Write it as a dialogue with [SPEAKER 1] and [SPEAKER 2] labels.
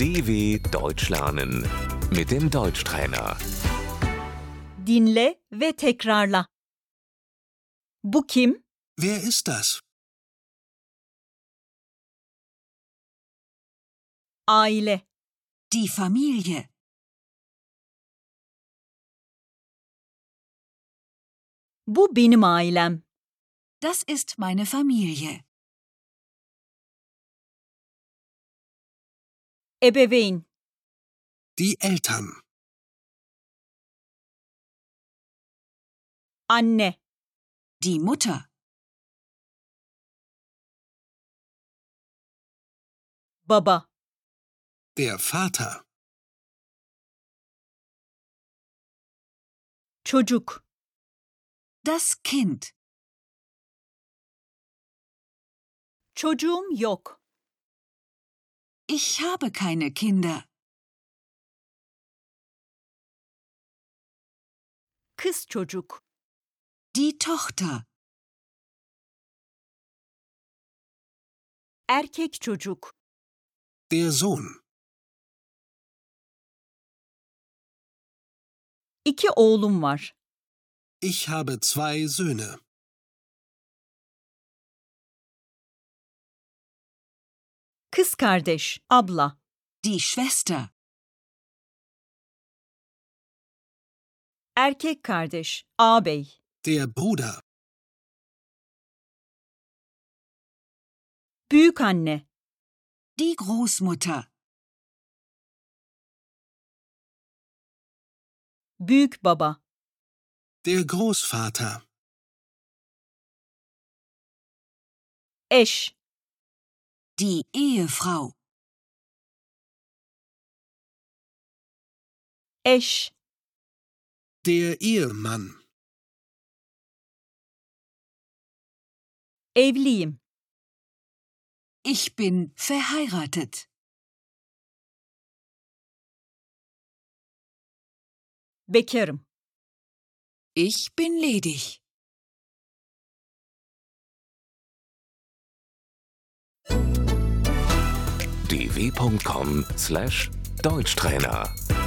[SPEAKER 1] DW Deutsch lernen mit dem Deutschtrainer.
[SPEAKER 2] Dinle ve tekrarla. Bu kim?
[SPEAKER 3] Wer ist das?
[SPEAKER 2] Aile.
[SPEAKER 4] Die Familie.
[SPEAKER 2] Bu benim ailem.
[SPEAKER 4] Das ist meine Familie.
[SPEAKER 2] Ebeveyn.
[SPEAKER 3] Die Eltern.
[SPEAKER 2] Anne.
[SPEAKER 4] Die Mutter.
[SPEAKER 2] Baba.
[SPEAKER 3] Der Vater.
[SPEAKER 2] Çocuk.
[SPEAKER 4] Das Kind.
[SPEAKER 2] Çocuğum yok.
[SPEAKER 4] Ich habe keine Kinder.
[SPEAKER 2] Kız çocuk.
[SPEAKER 4] Die Tochter.
[SPEAKER 2] Erkek çocuk.
[SPEAKER 3] Der Sohn.
[SPEAKER 2] İki oğlum var.
[SPEAKER 3] Ich habe zwei Söhne.
[SPEAKER 2] Kız kardeş. Abla.
[SPEAKER 4] Die Schwester.
[SPEAKER 2] Erkek kardeş. Ağabey.
[SPEAKER 3] Der Bruder.
[SPEAKER 2] Büyük anne.
[SPEAKER 4] Die Großmutter.
[SPEAKER 2] Büyük baba.
[SPEAKER 3] Der Großvater.
[SPEAKER 2] Eş.
[SPEAKER 4] Die Ehefrau.
[SPEAKER 2] Eş.
[SPEAKER 3] Der Ehemann.
[SPEAKER 2] Evliyim.
[SPEAKER 4] Ich bin verheiratet.
[SPEAKER 2] Bekarım.
[SPEAKER 4] Ich bin ledig.
[SPEAKER 1] dw.com/deutschtrainer